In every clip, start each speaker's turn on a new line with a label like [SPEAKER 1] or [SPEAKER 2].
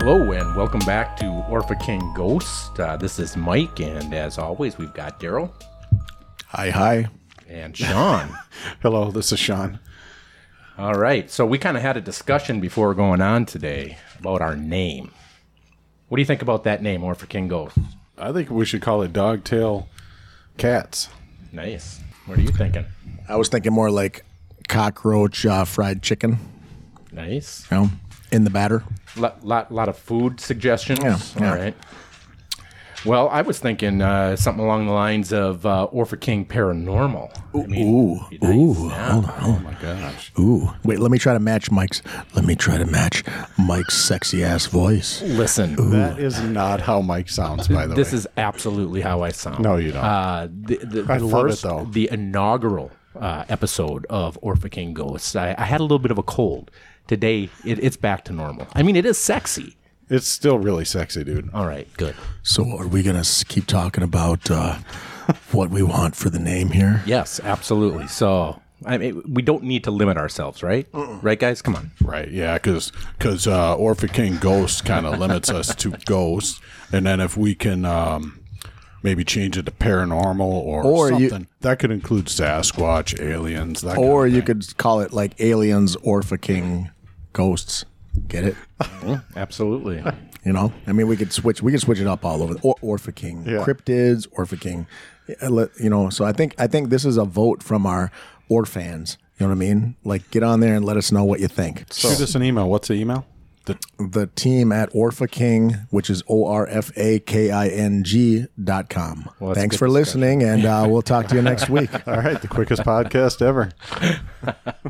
[SPEAKER 1] Hello and welcome back to Orpha King Ghost. Uh, this is Mike, and as always, we've got Daryl
[SPEAKER 2] Hi, hi.
[SPEAKER 1] and Sean.
[SPEAKER 2] Hello, this is Sean.
[SPEAKER 1] All right, so we kind of had a discussion before going on today about our name. What do you think about that name, Orpha King Ghost?
[SPEAKER 2] I think we should call it Dogtail Cats.
[SPEAKER 1] Nice. What are you thinking?
[SPEAKER 3] I was thinking more like cockroach uh, fried chicken,
[SPEAKER 1] Nice.
[SPEAKER 3] you know, in the batter.
[SPEAKER 1] lot, lot, lot of food suggestions.
[SPEAKER 3] Yeah, yeah.
[SPEAKER 1] All right. Well, I was thinking uh, something along the lines of uh, Orpha King Paranormal. Ooh,
[SPEAKER 3] Ooh, ooh, hold on, hold
[SPEAKER 2] My gosh.
[SPEAKER 3] on. ooh. Wait, let me try to match Mike's. Let me try to match Mike's sexy ass voice.
[SPEAKER 1] Listen,
[SPEAKER 2] That is not how Mike sounds, by the
[SPEAKER 1] this
[SPEAKER 2] way.
[SPEAKER 1] is absolutely how I sound.
[SPEAKER 2] No, you don't.
[SPEAKER 1] Uh, the the, the
[SPEAKER 2] I love it,
[SPEAKER 1] first,
[SPEAKER 2] though.
[SPEAKER 1] the inaugural uh, episode of Orpha King Ghosts, I, I had a little bit of a cold. Today, it, it's back to normal. I mean, it is sexy.
[SPEAKER 2] it's still really sexy, dude.
[SPEAKER 1] All right, good.
[SPEAKER 3] So, are we gonna s- keep talking about uh, what we want for the name here?
[SPEAKER 1] Yes, absolutely. So, I mean, we don't need to limit ourselves, right? Right, guys? Come on.
[SPEAKER 4] Right, yeah, because because uh, Orphan King Ghost kind of limits us to ghosts, and then if we can um, maybe change it to paranormal or,
[SPEAKER 3] Or you-
[SPEAKER 4] something, that could include Sasquatch, aliens, that
[SPEAKER 3] Or
[SPEAKER 4] kind
[SPEAKER 3] you could call it like aliens or fucking ghosts. Get it?
[SPEAKER 1] Absolutely.
[SPEAKER 3] You know, I mean, we could switch. We could switch it up all over. Or Orpha King,
[SPEAKER 2] Yeah.
[SPEAKER 3] cryptids, Orpha King. Yeah, let- You know, so I think I think this is a vote from our Orph fans. You know what I mean? Like, get on there and let us know what you think.
[SPEAKER 2] Shoot us an email. What's the email? The,
[SPEAKER 3] The team at Orpha King, which is O R F A K I N G dot com.
[SPEAKER 1] that's
[SPEAKER 3] Thanks
[SPEAKER 1] good
[SPEAKER 3] for listening, and uh, we'll talk to you next week.
[SPEAKER 2] all right, the quickest podcast ever.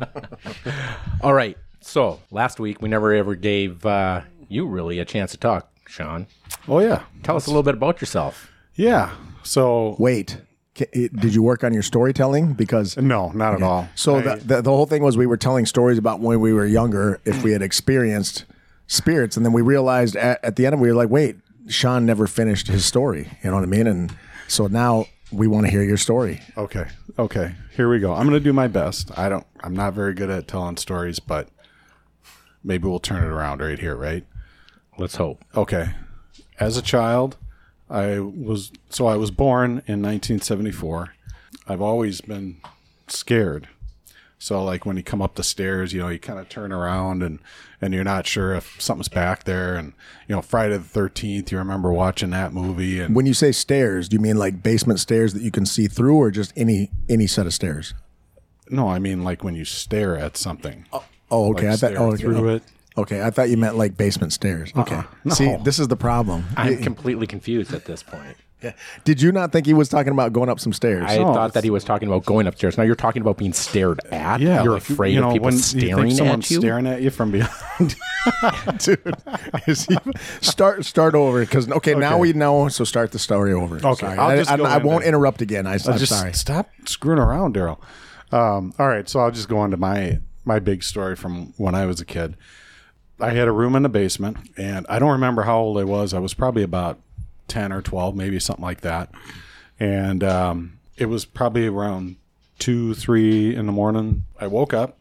[SPEAKER 1] All right. So last week we never ever gave uh, you really a chance to talk, Sean.
[SPEAKER 2] Oh, yeah.
[SPEAKER 1] Tell us a little bit about yourself.
[SPEAKER 2] Yeah. So,
[SPEAKER 3] Wait, ca- it- did you work on your storytelling? Because
[SPEAKER 2] no, not at all.
[SPEAKER 3] So the, the the whole thing was we were telling stories about when we were younger, if we had experienced spirits, and then we realized at, at the end we were like, wait, Sean never finished his story. You know what I mean? And so now we want to hear your story.
[SPEAKER 2] Okay. Okay. Here we go. I'm going to do my best. I don't, I'm not very good at telling stories, but maybe we'll turn it around right here, right?
[SPEAKER 1] Let's hope.
[SPEAKER 2] okay as a child i was so i was born in 1974 i've always been scared so like when you come up the stairs you know you kind of turn around and and you're not sure if something's back there and you know friday the 13th you remember watching that movie and
[SPEAKER 3] When you say stairs, do you mean like basement stairs that you can see through, or just any any set of stairs?
[SPEAKER 2] no i mean like when you stare at something
[SPEAKER 3] Oh, okay. I thought.
[SPEAKER 2] stare
[SPEAKER 3] Oh, okay.
[SPEAKER 2] through it Uh-uh.
[SPEAKER 3] Okay, I thought you meant like basement stairs. Okay. See, this is the problem.
[SPEAKER 1] I'm completely confused at this point.
[SPEAKER 3] Did you not think he was talking about going up some stairs?
[SPEAKER 1] I thought that he was talking about going upstairs. Now you're talking about being stared at.
[SPEAKER 2] yeah
[SPEAKER 1] you're
[SPEAKER 2] like,
[SPEAKER 1] afraid of people
[SPEAKER 2] when you think
[SPEAKER 1] staring at
[SPEAKER 2] someone's
[SPEAKER 1] you.
[SPEAKER 2] staring at you from behind
[SPEAKER 3] dude. Is he- start start over because okay, now we know. So start the story over. Okay,
[SPEAKER 2] I'll
[SPEAKER 3] I,
[SPEAKER 2] just
[SPEAKER 3] I,
[SPEAKER 2] go
[SPEAKER 3] I
[SPEAKER 2] in
[SPEAKER 3] won't
[SPEAKER 2] there.
[SPEAKER 3] interrupt again. I, am
[SPEAKER 2] I'll just
[SPEAKER 3] sorry.
[SPEAKER 2] stop screwing around, Daryl. Um, all right, so I'll just go on to my my big story from when I was a kid. I had a room in the basement, and I don't remember how old I was. I was probably about ten or twelve, maybe something like that. And um, it was probably around two, three in the morning. I woke up,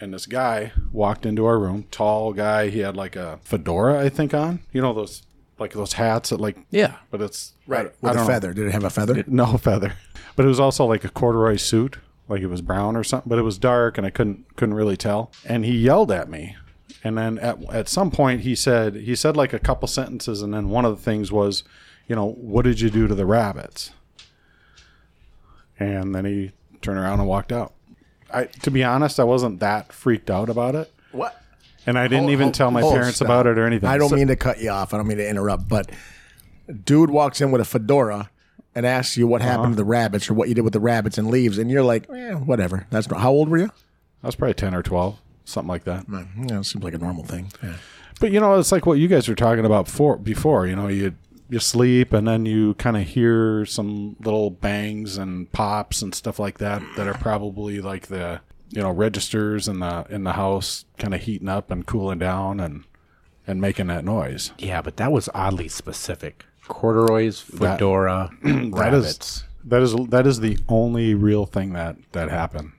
[SPEAKER 2] and this guy walked into our room. Tall guy. He had like a fedora, I think, on. You know those like those hats that like
[SPEAKER 1] Yeah.
[SPEAKER 2] but it's I
[SPEAKER 3] With a
[SPEAKER 2] don't know.
[SPEAKER 3] feather? Did it have a feather?
[SPEAKER 2] No feather. But it was also like a corduroy suit, like it was brown or something. But it was dark, and I couldn't couldn't really tell. And he yelled at me, and then at at some point he said he said like a couple sentences, and then one of the things was, you know, what did you do to the rabbits? And then he turned around and walked out. I to be honest, I wasn't that freaked out about it,
[SPEAKER 3] What?
[SPEAKER 2] and I didn't even tell my
[SPEAKER 3] hold,
[SPEAKER 2] parents
[SPEAKER 3] stop.
[SPEAKER 2] about it or anything.
[SPEAKER 3] I don't
[SPEAKER 2] So-
[SPEAKER 3] mean to cut you off. I don't mean to interrupt, but dude walks in with a fedora and asks you what happened to the rabbits or what you did with the rabbits and leaves, and you're like, eh, whatever. That's not, how old were you?
[SPEAKER 2] I was probably ten or twelve, something like that.
[SPEAKER 3] Uh, Yeah, it seems like a normal thing. Yeah.
[SPEAKER 2] But you know, it's like what you guys were talking about for before. You know, you you sleep and then you kind of hear some little bangs and pops and stuff like that that are probably like the you know registers in the in the house kind of heating up and cooling down and and making that noise.
[SPEAKER 1] Yeah, but that was oddly specific. Corduroys, fedora,
[SPEAKER 2] That is-
[SPEAKER 1] rabbits.
[SPEAKER 2] that is that is the only real thing that that happened.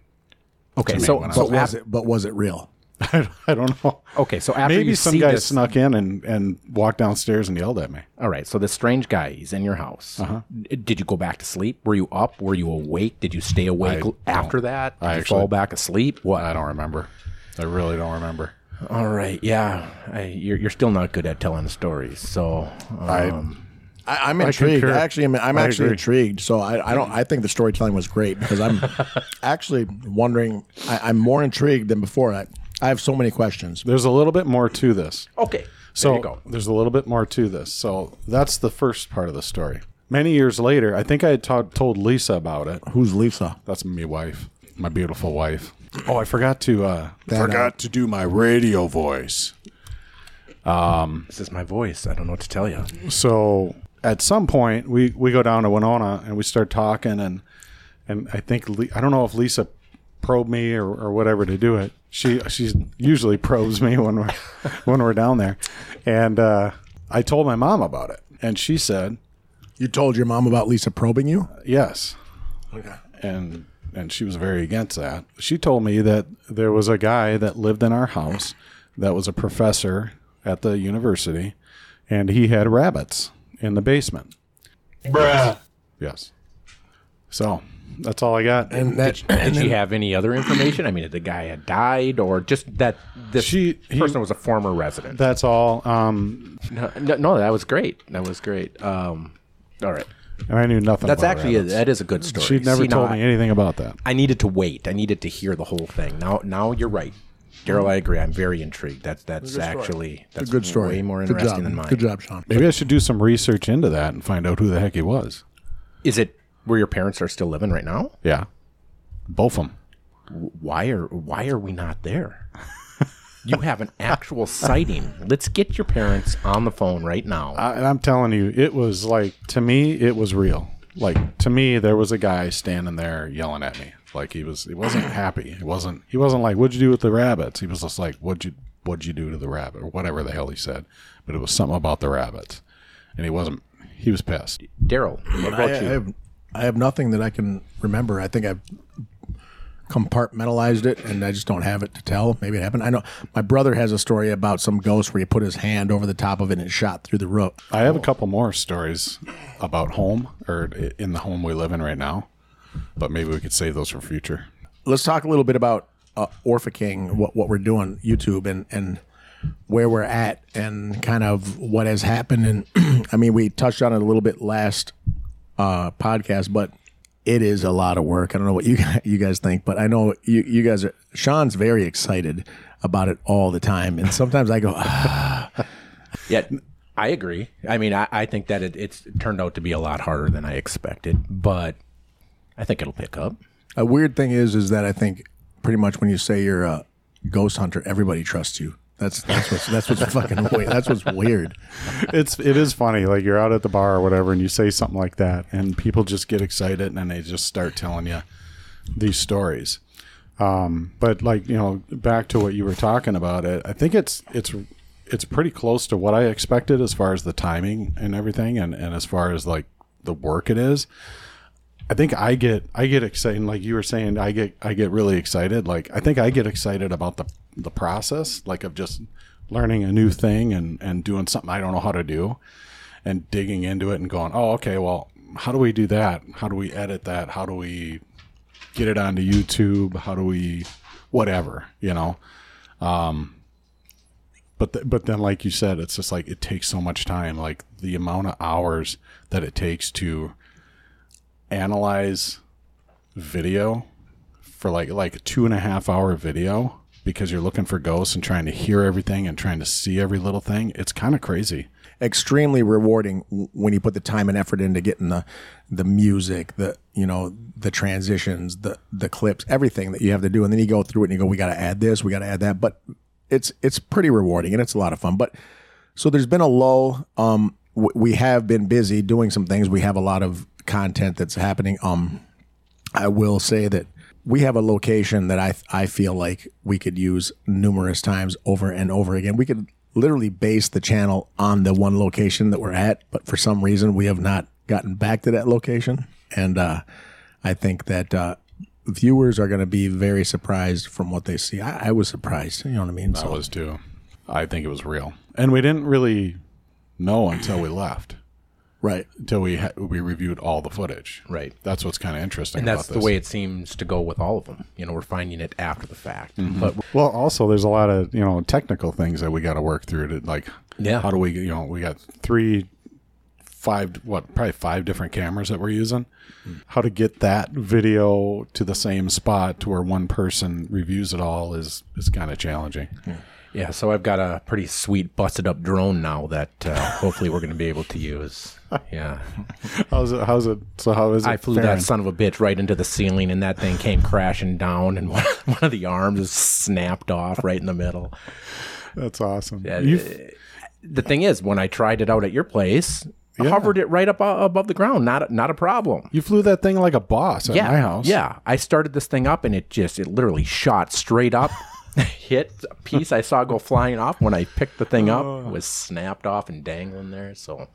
[SPEAKER 1] okay, so,
[SPEAKER 2] when I
[SPEAKER 1] so
[SPEAKER 3] But was
[SPEAKER 1] af-
[SPEAKER 3] it? But was it real?
[SPEAKER 2] I, I don't know.
[SPEAKER 1] Okay, so Oh, after
[SPEAKER 2] Maybe
[SPEAKER 1] you
[SPEAKER 2] some
[SPEAKER 1] see
[SPEAKER 2] guy
[SPEAKER 1] this,
[SPEAKER 2] snuck in and, and walked downstairs and yelled at me.
[SPEAKER 1] all right. So this strange guy, he's in your house. Uh-huh. Did you go back to sleep? Were you up? Were you awake? Did you stay awake l- after that? Did
[SPEAKER 2] I
[SPEAKER 1] you
[SPEAKER 2] actually-
[SPEAKER 1] fall back asleep? What?
[SPEAKER 2] I don't remember. I really don't remember.
[SPEAKER 1] All right, yeah. I, you're, you're still not good at telling stories, so um,
[SPEAKER 3] I, I'm intrigued.
[SPEAKER 2] concur.
[SPEAKER 3] I actually, am, I'm
[SPEAKER 2] I
[SPEAKER 3] actually
[SPEAKER 2] agree.
[SPEAKER 3] intrigued. So I, I don't. I think the storytelling was great because I'm actually wondering. I, I'm more intrigued than before. I, I have so many questions.
[SPEAKER 2] There's a little bit more to this.
[SPEAKER 1] okay.
[SPEAKER 2] So
[SPEAKER 1] there you go.
[SPEAKER 2] there's a little bit more to this. So that's the first part of the story. Many years later, I think I had ta- told Lisa about it.
[SPEAKER 3] Who's Lisa?
[SPEAKER 2] That's my wife, my beautiful wife. Oh, I forgot to uh,
[SPEAKER 4] Forgot to do my radio voice.
[SPEAKER 1] This is my voice. I don't know what to tell you.
[SPEAKER 2] so at some point we we go down to Winona and we start talking and and I think Le- I don't know if Lisa probed me or, or whatever to do it. She she usually probes me when we're when we're down there, and uh, I told my mom about it and she said
[SPEAKER 3] You told your mom about Lisa probing you?
[SPEAKER 2] yes
[SPEAKER 3] Okay.
[SPEAKER 2] and and she was very against that. She told me that there was a guy that lived in our house that was a professor at the university, and he had rabbits in the basement. Bruh. Yes. So that's all I got.
[SPEAKER 3] And that
[SPEAKER 1] Did
[SPEAKER 3] and
[SPEAKER 1] she
[SPEAKER 3] then,
[SPEAKER 1] have any other information? I mean, did the guy had died, or just that this
[SPEAKER 2] She- he-
[SPEAKER 1] person was a former resident?
[SPEAKER 2] that's all. Um,
[SPEAKER 1] No, no, no, that was great. That was great. Um, all right,
[SPEAKER 2] and I knew nothing.
[SPEAKER 1] that's
[SPEAKER 2] about
[SPEAKER 1] actually
[SPEAKER 2] rabbits.
[SPEAKER 1] that is a good story.
[SPEAKER 2] She never
[SPEAKER 1] See, now
[SPEAKER 2] told
[SPEAKER 1] I-
[SPEAKER 2] me anything about that.
[SPEAKER 1] I needed to wait. I needed to hear the whole thing. Now, now you're right, Daryl. I agree. I'm very intrigued. That's that's actually that's
[SPEAKER 3] a good story.
[SPEAKER 1] Way more
[SPEAKER 3] Good
[SPEAKER 1] interesting
[SPEAKER 3] job.
[SPEAKER 1] than mine.
[SPEAKER 3] Good job, Sean.
[SPEAKER 2] Maybe I should do some research into that and find out who the heck he was.
[SPEAKER 1] Is it where your parents are still living right now?
[SPEAKER 2] Yeah, both of them.
[SPEAKER 1] why are why are we not there? you have an actual sighting. Let's get your parents on the phone right now.
[SPEAKER 2] I, and I'm telling you, it was like to me, it was real. Like to me, there was a guy standing there yelling at me. Like he was, he wasn't happy. He wasn't. He wasn't like, "What'd you do with the rabbits?" He was just like, "What'd you What'd you do to the rabbit?" or whatever the hell he said. But it was something about the rabbits, and he wasn't. He was pissed.
[SPEAKER 1] Daryl, what
[SPEAKER 3] I, uh, I
[SPEAKER 1] about you?
[SPEAKER 3] have, I have nothing that I can remember. I think I've compartmentalized it and I just don't have it to tell. Maybe it happened. I know my brother has a story about some ghost where he put his hand over the top of it and it shot through the roof.
[SPEAKER 2] I have a couple more stories about home or i- in the home we live in right now, but maybe we could save those for future.
[SPEAKER 3] let's talk a little bit about uh, Orpha King, what what we're doing, YouTube, and and where we're at, and kind of what has happened. And I mean, we touched on it a little bit last uh, podcast, but it is a lot of work. I don't know what you guys, you guys think, but I know you you guys are. Sean's very excited about it all the time, and sometimes I go, "Ah."
[SPEAKER 1] Yeah, I agree. I mean, I, I think that it, it's it turned out to be a lot harder than I expected, but I think it'll pick up.
[SPEAKER 3] A weird thing is, is that I think pretty much when you say you're a ghost hunter, everybody trusts you. That's that's what's that's what's fucking weird. That's what's weird.
[SPEAKER 2] it's it is funny. Like you're out at the bar or whatever, and you say something like that, and people just get excited and then they just start telling you these stories. Um, but like you know, back to what you were talking about, it I think it's it's it's pretty close to what I expected as far as the timing and everything, and and as far as like the work it is. I think I get I get excited like you were saying I get I get really excited like I think I get excited about the the process like of just learning a new thing and and doing something I don't know how to do and digging into it and going oh okay well how do we do that how do we edit that how do we get it onto YouTube how do we whatever you know um but th- but then like you said it's just like it takes so much time like the amount of hours that it takes to analyze video for like like a two and a half hour video because you're looking for ghosts and trying to hear everything and trying to see every little thing. It's kind of crazy.
[SPEAKER 3] extremely rewarding w- when you put the time and effort into getting the the music, the you know the transitions, the the clips, everything that you have to do, and then you go through it and you go, we got to add this, we got to add that. But it's it's pretty rewarding and it's a lot of fun. But so there's been a lull. Um, w- we have been busy doing some things. We have a lot of content that's happening. Um, I will say that we have a location that I I feel like we could use numerous times over and over again. We could literally base the channel on the one location that we're at, but for some reason we have not gotten back to that location. And uh, I think that uh, viewers are going to be very surprised from what they see. I, I was surprised. You know what I mean?
[SPEAKER 4] That
[SPEAKER 3] So
[SPEAKER 4] was too.
[SPEAKER 2] I think it was real. And we didn't really know until we left,
[SPEAKER 3] right.
[SPEAKER 2] until we ha- we reviewed all the footage.
[SPEAKER 1] Right.
[SPEAKER 2] That's what's kind of interesting.
[SPEAKER 1] And
[SPEAKER 2] about
[SPEAKER 1] that's the
[SPEAKER 2] this.
[SPEAKER 1] way it seems to go with all of them. You know, we're finding it after the fact. But
[SPEAKER 2] Well, also there's a lot of you know technical things that we got to work through to like,
[SPEAKER 1] Yeah.
[SPEAKER 2] how do we you know we got three, five what probably five different cameras that we're using,
[SPEAKER 1] Hmm.
[SPEAKER 2] how to get that video to the same spot to where one person reviews it all is is kind of challenging.
[SPEAKER 1] Hmm. yeah, so I've got a pretty sweet busted up drone now that uh, hopefully we're going to be able to use. Yeah.
[SPEAKER 2] How's it? How's it? So how is it?
[SPEAKER 1] I flew
[SPEAKER 2] faring?
[SPEAKER 1] that son of a bitch right into the ceiling, and that thing came crashing down, and one, one of the arms is snapped off right in the middle.
[SPEAKER 2] That's awesome.
[SPEAKER 1] Uh,
[SPEAKER 2] You-
[SPEAKER 1] the thing is, when I tried it out at your place, I hovered it right up uh, above the ground. Not a- not a problem.
[SPEAKER 2] You flew that thing like a boss at
[SPEAKER 1] Yeah,
[SPEAKER 2] my house.
[SPEAKER 1] Yeah, I started this thing up, and it just it literally shot straight up. hit a piece I saw go flying off when I picked the thing up
[SPEAKER 2] Oh.
[SPEAKER 1] it was snapped off and dangling there. So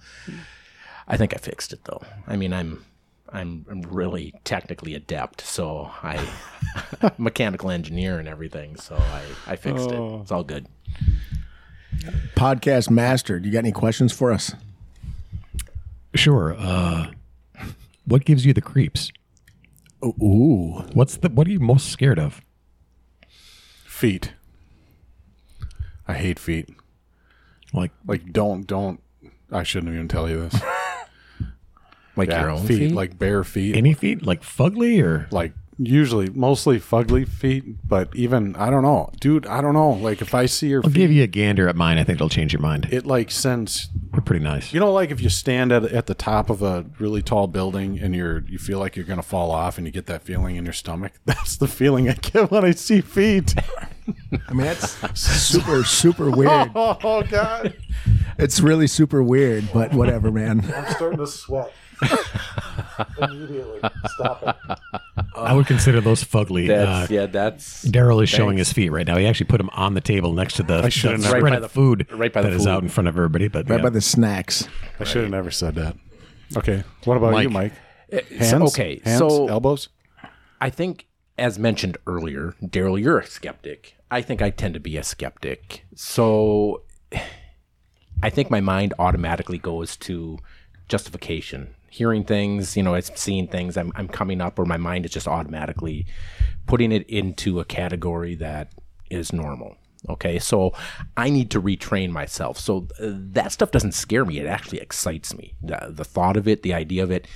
[SPEAKER 1] I think I fixed it though. I mean, I'm I'm, I'm really technically adept, so I mechanical engineer and everything. So I I fixed
[SPEAKER 2] Oh.
[SPEAKER 1] it. It's all good.
[SPEAKER 3] Podcast mastered. You got any questions for us?
[SPEAKER 5] Sure. Uh, what gives you the creeps?
[SPEAKER 3] Ooh.
[SPEAKER 5] What's the what are you most scared of?
[SPEAKER 2] Feet. I hate feet.
[SPEAKER 5] Like
[SPEAKER 2] Like don't don't. I shouldn't even tell you this.
[SPEAKER 1] Like
[SPEAKER 2] Yeah,
[SPEAKER 1] your own
[SPEAKER 2] feet,
[SPEAKER 1] feet.
[SPEAKER 2] like bare feet,
[SPEAKER 5] any feet? Like fugly or
[SPEAKER 2] like usually mostly fugly feet. But even I don't know, dude. I don't know. Like if I see your
[SPEAKER 5] I'll
[SPEAKER 2] feet,
[SPEAKER 5] give you a gander at mine. I think it'll change your mind.
[SPEAKER 2] it like sends.
[SPEAKER 5] They're pretty nice.
[SPEAKER 2] You know, like if you stand at at the top of a really tall building and you're you feel like you're gonna fall off and you get that feeling in your stomach. That's the feeling I get when I see feet.
[SPEAKER 3] I mean, that's super, super weird.
[SPEAKER 2] oh, oh God,
[SPEAKER 3] It's really super weird, but whatever, man.
[SPEAKER 2] I'm starting to sweat. Immediately, stop it.
[SPEAKER 5] I would consider those fugly. Uh,
[SPEAKER 1] that's yeah, that's
[SPEAKER 5] Daryl is showing his feet right now. He actually put them on the table next to the, the
[SPEAKER 2] should've never-
[SPEAKER 5] spread
[SPEAKER 1] Right by
[SPEAKER 5] of
[SPEAKER 1] the-
[SPEAKER 5] food
[SPEAKER 1] right by the
[SPEAKER 5] that is
[SPEAKER 1] food.
[SPEAKER 5] out in front of everybody. But
[SPEAKER 3] Right
[SPEAKER 5] yeah.
[SPEAKER 3] by the snacks.
[SPEAKER 2] I should have never said that. Okay, what about you, Mike? Hands,
[SPEAKER 1] okay,
[SPEAKER 2] Hands?
[SPEAKER 1] so-
[SPEAKER 2] elbows.
[SPEAKER 1] I think, as mentioned earlier, Daryl, you're a skeptic. I think I tend to be a skeptic. So I think my mind automatically goes to justification. Hearing things, you know, it's seeing things I'm, I'm coming up, or my mind is just automatically putting it into a category that is normal. Okay, so I need to retrain myself. So uh, that stuff doesn't scare me. It actually excites me. The, the thought of it, the idea of it,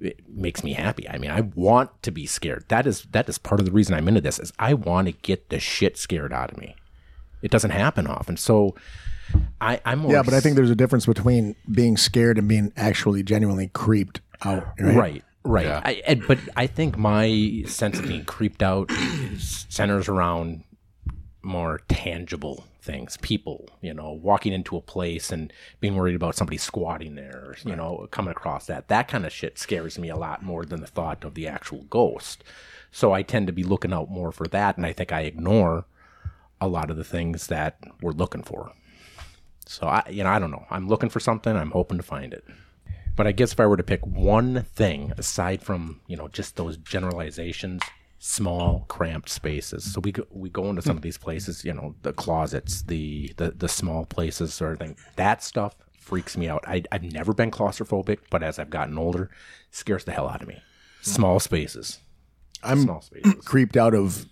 [SPEAKER 1] it makes me happy. I mean, I want to be scared. That is that is part of the reason I'm into this. Is I want to get the shit scared out of me. It doesn't happen often. So I, I'm more
[SPEAKER 3] Yeah, but I think there's a difference between being scared and being actually genuinely creeped out. Right.
[SPEAKER 1] Right, right. I, and- but I think my sense of being creeped out is- centers around more tangible things. People, you know, walking into a place and being worried about somebody squatting there, or, you know, coming across that. That kind of shit scares me a lot more than the thought of the actual ghost. So I tend to be looking out more for that. And I think I ignore a lot of the things that we're looking for. So I, you know, I don't know. I'm looking for something. I'm hoping to find it. But I guess if I were to pick one thing aside from you know just those generalizations, small cramped spaces. So we go, we go into some of these places, you know, the closets, the the, the small places, sort of thing. That stuff freaks me out. I, I've never been claustrophobic, but as I've gotten older, scares the hell out of me. Small spaces.
[SPEAKER 3] I'm
[SPEAKER 1] Small spaces.
[SPEAKER 3] creeped out of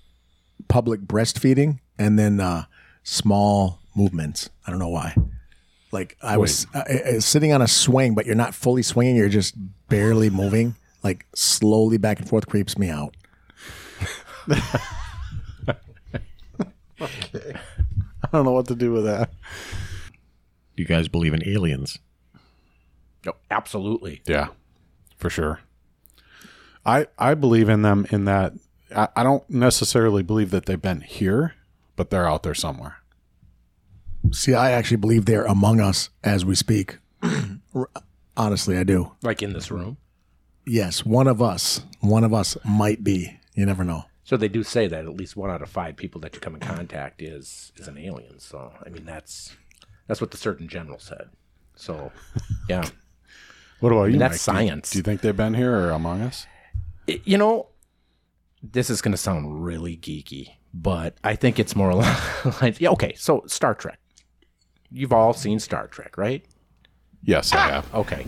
[SPEAKER 3] public breastfeeding and then uh, small movements. I don't know why. Like I was uh, uh, sitting on a swing, but you're not fully swinging. You're just barely moving, like slowly back and forth. Creeps me out.
[SPEAKER 2] I don't know what to do with that.
[SPEAKER 5] you guys believe in aliens?
[SPEAKER 1] No, Oh, absolutely.
[SPEAKER 2] Yeah, for sure. I I believe in them in that I, I don't necessarily believe that they've been here, but they're out there somewhere.
[SPEAKER 3] See, I actually believe they're among us as we speak. R- Honestly, I do.
[SPEAKER 1] Like in this room.
[SPEAKER 3] Yes, one of us, one of us might be. You never know.
[SPEAKER 1] So they do say that at least one out of five people that you come in contact is is an alien. So I mean that's that's what the Surgeon General said. So yeah,
[SPEAKER 2] What about you?
[SPEAKER 1] that's
[SPEAKER 2] Mike? Do you-
[SPEAKER 1] science.
[SPEAKER 2] Do you think they've been here or among us?
[SPEAKER 1] I- you know, this is going to sound really geeky, but I think it's more like, yeah, okay, so Star Trek. You've all seen Star Trek, right?
[SPEAKER 4] Yes,
[SPEAKER 2] Ah!
[SPEAKER 4] I have.
[SPEAKER 1] Okay.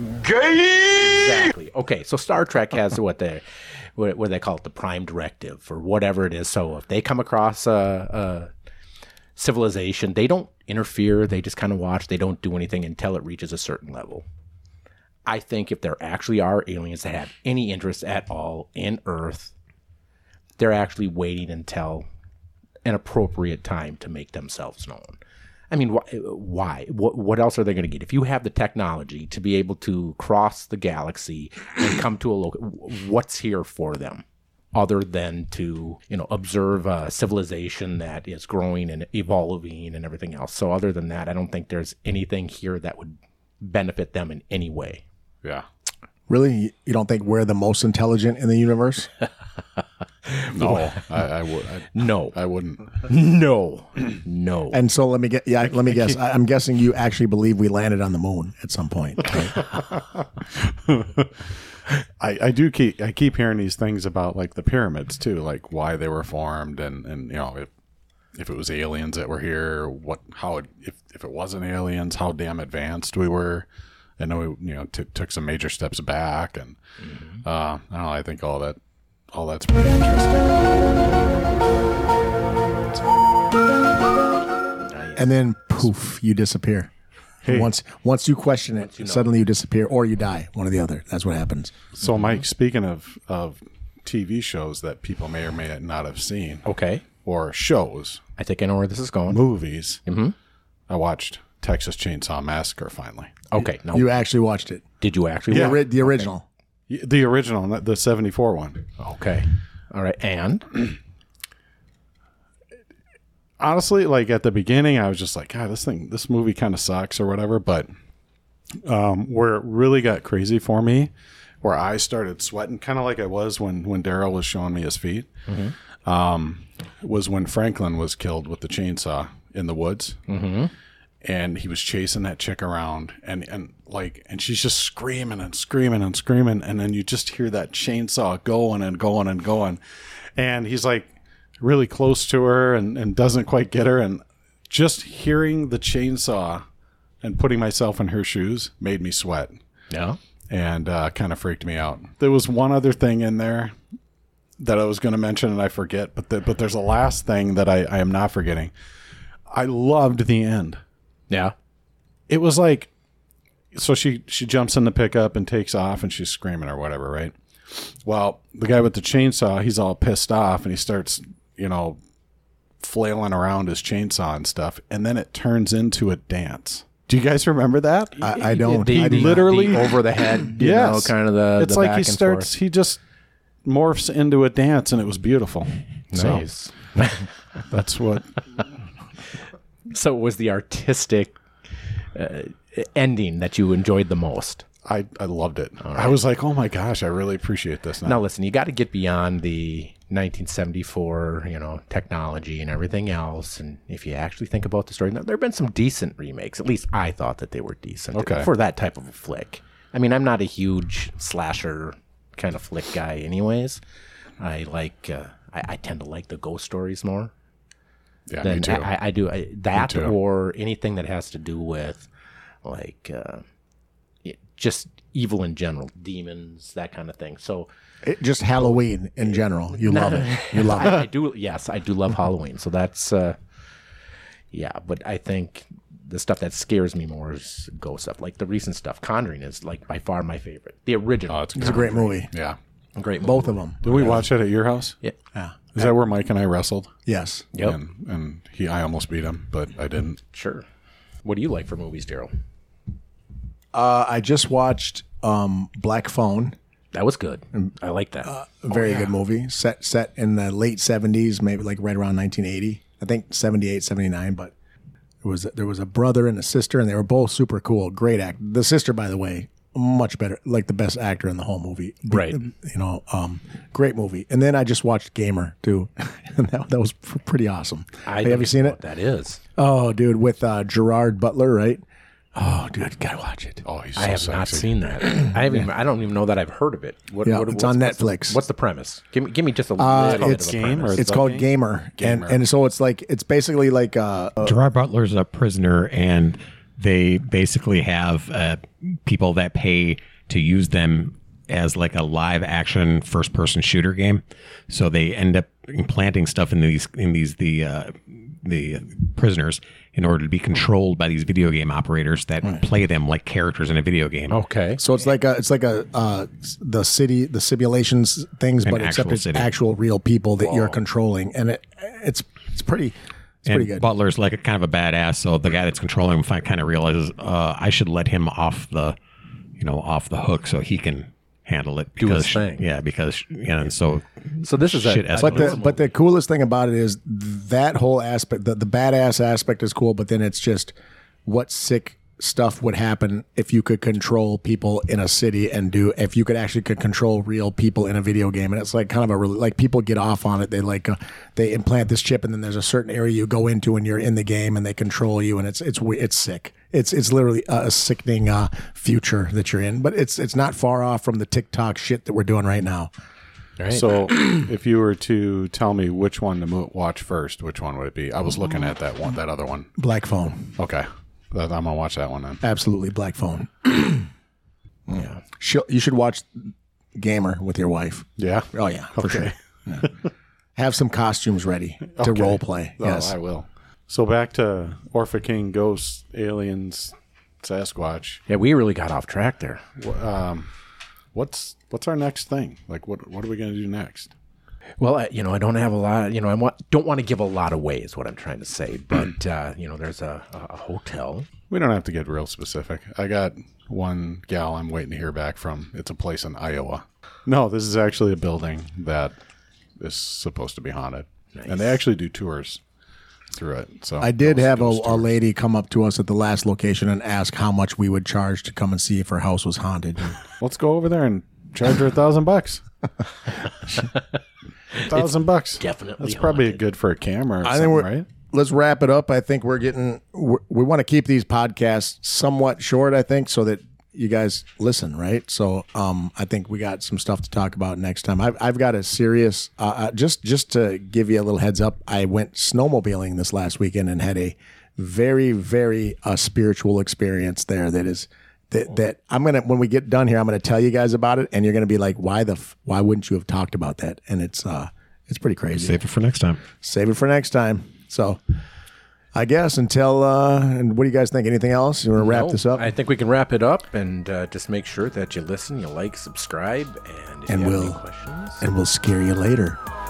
[SPEAKER 1] Exactly. Okay, so Star Trek has what they what, what they call it the prime directive or whatever it is. So if they come across a, a civilization, they don't interfere. They just kind of watch. They don't do anything until it reaches a certain level. I think if there actually are aliens that have any interest at all in Earth, they're actually waiting until an appropriate time to make themselves known. I mean, why? why? What, what else are they going to get? If you have the technology to be able to cross the galaxy and come to a local, what's here for them? Other than to you know observe a civilization that is growing and evolving and everything else. So other than that, I don't think there's anything here that would benefit them in any way.
[SPEAKER 4] Yeah.
[SPEAKER 3] Really, You- you don't think we're the most intelligent in the universe?
[SPEAKER 4] No, I, I would. I,
[SPEAKER 1] No,
[SPEAKER 4] I wouldn't.
[SPEAKER 1] no, no.
[SPEAKER 3] Uh, And so let me get yeah, let me guess. I, I'm guessing you actually believe we landed on the moon at some point. right?
[SPEAKER 2] I, I do keep I keep hearing these things about like the pyramids too, like why they were formed and and you know if if it was aliens that were here, what how it, if if it wasn't aliens, how damn advanced we were, and then we you know t- took some major steps back and uh, I don't know, I think all that all that's pretty interesting.
[SPEAKER 3] and then poof, you disappear. Once once you question it, suddenly you disappear or you die, one or the other. That's what happens.
[SPEAKER 2] So Mike, speaking of of TV shows that people may or may not have seen
[SPEAKER 1] okay,
[SPEAKER 2] or shows
[SPEAKER 1] I think I know where this is going.
[SPEAKER 2] movies, I watched Texas Chainsaw Massacre finally.
[SPEAKER 1] Okay, now
[SPEAKER 3] You actually watched it.
[SPEAKER 1] did you actually?
[SPEAKER 3] The, ori- the original.
[SPEAKER 2] Y- The original, not the 74 one.
[SPEAKER 1] Okay, all right, and
[SPEAKER 2] honestly, like at the beginning, I was just like, God, this thing, this movie kind of sucks or whatever. But um, where it really got crazy for me, where I started sweating, kind of like I was when when Daryl was showing me his feet, um, was when Franklin was killed with the chainsaw in the woods. Mm-hmm. And he was chasing that chick around, and and like, and she's just screaming and screaming and screaming, and then you just hear that chainsaw going and going and going, and he's like, really close to her and, and doesn't quite get her. And just hearing the chainsaw and putting myself in her shoes made me sweat
[SPEAKER 1] yeah,
[SPEAKER 2] and uh, kind of freaked me out. There was one other thing in there that I was going to mention and I forget, but the, but there's a last thing that I, I am not forgetting. I loved the end.
[SPEAKER 1] yeah.
[SPEAKER 2] It was like, so she she jumps in the pickup and takes off and she's screaming or whatever, right? Well, the guy with the chainsaw, he's all pissed off and he starts, you know, flailing around his chainsaw and stuff, and then it turns into a dance. Do you guys remember that?
[SPEAKER 1] Uh,
[SPEAKER 3] I, I don't.
[SPEAKER 1] The-
[SPEAKER 3] I
[SPEAKER 1] the-
[SPEAKER 3] do not.
[SPEAKER 2] literally-
[SPEAKER 1] the over the head, you know, kind of the.
[SPEAKER 2] It's
[SPEAKER 1] the
[SPEAKER 2] like
[SPEAKER 1] back and
[SPEAKER 2] he starts. He just morphs into a dance, and it was beautiful.
[SPEAKER 1] forth. Nice.
[SPEAKER 2] So that's what.
[SPEAKER 1] So it was the artistic uh, ending that you enjoyed the most.
[SPEAKER 2] I, I loved it. I was like, oh my gosh, I really appreciate this. Now.
[SPEAKER 1] Now, listen, you got to get beyond the 1974, you know, technology and everything else. And if you actually think about the story, now, there have been some decent remakes. At least I thought that they were decent
[SPEAKER 2] Okay.
[SPEAKER 1] for that type of a flick. I mean, I'm not a huge slasher kind of flick guy, anyways. I like, uh, I, I tend to like the ghost stories more.
[SPEAKER 2] yeah,
[SPEAKER 1] Then
[SPEAKER 2] me too.
[SPEAKER 1] I, I do I, that or anything that has to do with like uh, it- just evil in general, demons, that kind of thing. So
[SPEAKER 3] It- just Halloween in general. You love it. You love it.
[SPEAKER 1] I, I do, yes, I do love Halloween. So that's, uh, yeah, but I think the stuff that scares me more is ghost stuff. Like the recent stuff, Conjuring is like by far my favorite. The original,
[SPEAKER 2] oh, it's
[SPEAKER 3] It's a
[SPEAKER 2] good.
[SPEAKER 3] great movie.
[SPEAKER 2] Yeah.
[SPEAKER 1] great, movie.
[SPEAKER 3] Both of them.
[SPEAKER 2] Did we watch it at your house?
[SPEAKER 1] Yeah.
[SPEAKER 2] Is that where Mike and I wrestled?
[SPEAKER 3] Yes.
[SPEAKER 1] Yep.
[SPEAKER 2] And, and he, I almost beat him, but I didn't.
[SPEAKER 1] sure. What do you like for movies, Daryl?
[SPEAKER 3] Uh, I just watched um, Black Phone.
[SPEAKER 1] That was good.
[SPEAKER 3] Mm.
[SPEAKER 1] I like that.
[SPEAKER 3] A very good movie. Set set in the late seventies, maybe like right around nineteen eighty. I think 78, 79, But there was there was a brother and a sister, and they were both super cool. Great act. The sister, by the way, much better. Like the best actor in the whole movie.
[SPEAKER 1] Right.
[SPEAKER 3] You know, um, great movie. And then I just watched Gamer too, and that, that was pr- pretty awesome.
[SPEAKER 1] I
[SPEAKER 3] have you
[SPEAKER 1] don't
[SPEAKER 3] seen
[SPEAKER 1] know
[SPEAKER 3] it?
[SPEAKER 1] What that is.
[SPEAKER 3] Oh, dude, with uh, Gerard Butler, right? Oh, dude, gotta watch it.
[SPEAKER 4] Oh, he's so
[SPEAKER 1] I have
[SPEAKER 4] sexy.
[SPEAKER 1] not seen that. I haven't. Even, I don't even know that I've heard of it. What,
[SPEAKER 3] Yeah,
[SPEAKER 1] what-
[SPEAKER 3] it's
[SPEAKER 1] what's-
[SPEAKER 3] on
[SPEAKER 1] what's the-
[SPEAKER 3] Netflix. Uh,
[SPEAKER 1] What's the premise? Give me, give me just a little bit
[SPEAKER 3] it's
[SPEAKER 1] of the
[SPEAKER 2] Game or
[SPEAKER 1] premise.
[SPEAKER 2] the-
[SPEAKER 3] It's called
[SPEAKER 2] game?
[SPEAKER 3] Gamer, and and so it's like it's basically like uh, uh,
[SPEAKER 5] Gerard Butler's a prisoner, and they basically have uh, people that pay to use them as like a live action first person shooter game. So they end up implanting stuff in these in these the uh, the prisoners in order to be controlled by these video game operators that play them like characters in a video game.
[SPEAKER 1] okay.
[SPEAKER 3] so it's like a it's like a uh, s- the city the simulations things, but except
[SPEAKER 5] actual
[SPEAKER 3] it's
[SPEAKER 5] city.
[SPEAKER 3] actual real people that you're controlling, and it it's it's pretty it's
[SPEAKER 5] and
[SPEAKER 3] pretty good.
[SPEAKER 5] Butler's like a kind of a badass, so the guy that's controlling him fi- kind of realizes uh, I should let him off the, you know, off the hook so he can handle it.
[SPEAKER 1] his
[SPEAKER 5] Because,
[SPEAKER 1] thing.
[SPEAKER 5] Yeah, because you know, and so
[SPEAKER 1] So this is a,
[SPEAKER 5] Shit,
[SPEAKER 1] a
[SPEAKER 5] escalates.
[SPEAKER 3] But the,
[SPEAKER 1] normal-
[SPEAKER 3] but the coolest thing about it is that whole aspect, the, the badass aspect is cool, but then it's just what sick stuff would happen if you could control people in a city and do, if you could actually could control real people in a video game. And it's like kind of a, really, like people get off on it. They like, uh, they implant this chip and then there's a certain area you go into and you're in the game and they control you. And it's, it's, we- it's sick. It's, it's literally a, a sickening uh, future that you're in, but it's, it's not far off from the TikTok shit that we're doing right now.
[SPEAKER 2] So, if you were to tell me which one to mo- watch first, which one would it be? I was looking at that one, that other one.
[SPEAKER 3] Black phone.
[SPEAKER 2] Okay, That- I'm gonna watch that one then.
[SPEAKER 3] Absolutely, Black Phone. yeah, She'll, you should watch Gamer with your wife.
[SPEAKER 2] Yeah.
[SPEAKER 3] Oh yeah, for sure. Yeah. Have some costumes ready to role play.
[SPEAKER 2] Oh,
[SPEAKER 3] yes,
[SPEAKER 2] I will. So back to Orpha King, ghosts, aliens, Sasquatch.
[SPEAKER 1] yeah, we really got off track there.
[SPEAKER 2] What's what's our next thing? Like, what what are we gonna do next?
[SPEAKER 1] Well, I, you know, I don't have a lot. You know, I want, don't want to give a lot away. Is what I'm trying to say. But uh, you know, there's a, a- a hotel.
[SPEAKER 2] We don't have to get real specific. I got one gal I'm waiting to hear back from. It's a place in Iowa. No, this is actually a building that is supposed to be haunted, and they actually do tours through it. So
[SPEAKER 3] I did
[SPEAKER 2] ghost-
[SPEAKER 3] have a,
[SPEAKER 2] ghost
[SPEAKER 3] a lady come up to us at the last location and ask how much we would charge to come and see if her house was haunted.
[SPEAKER 2] Let's go over there and charge her a thousand bucks. thousand bucks.
[SPEAKER 1] definitely
[SPEAKER 2] That's probably
[SPEAKER 1] haunted.
[SPEAKER 2] good for a camera. Or
[SPEAKER 3] I
[SPEAKER 2] something,
[SPEAKER 3] think we're
[SPEAKER 2] right.
[SPEAKER 3] let's wrap it up. I think we're getting we're, we want to keep these podcasts somewhat short. I think so that you guys listen, right? So um, I think we got some stuff to talk about next time. I've, I've got a serious uh, uh, just just to give you a little heads up. I went snowmobiling this last weekend and had a very very uh, spiritual experience there. That is. That, that I'm gonna when we get done here I'm gonna tell you guys about it and you're gonna be like why the f- why wouldn't you have talked about that and it's uh it's pretty crazy
[SPEAKER 5] save it for next time.
[SPEAKER 3] save it for next time. So I guess until uh and what do you guys think? Anything else? You want to wrap
[SPEAKER 1] No,
[SPEAKER 3] this up?
[SPEAKER 1] I think we can wrap it up and uh, just make sure that you listen, you like, subscribe, and if
[SPEAKER 3] And
[SPEAKER 1] you have
[SPEAKER 3] we'll-
[SPEAKER 1] any questions.
[SPEAKER 3] and we'll scare you later.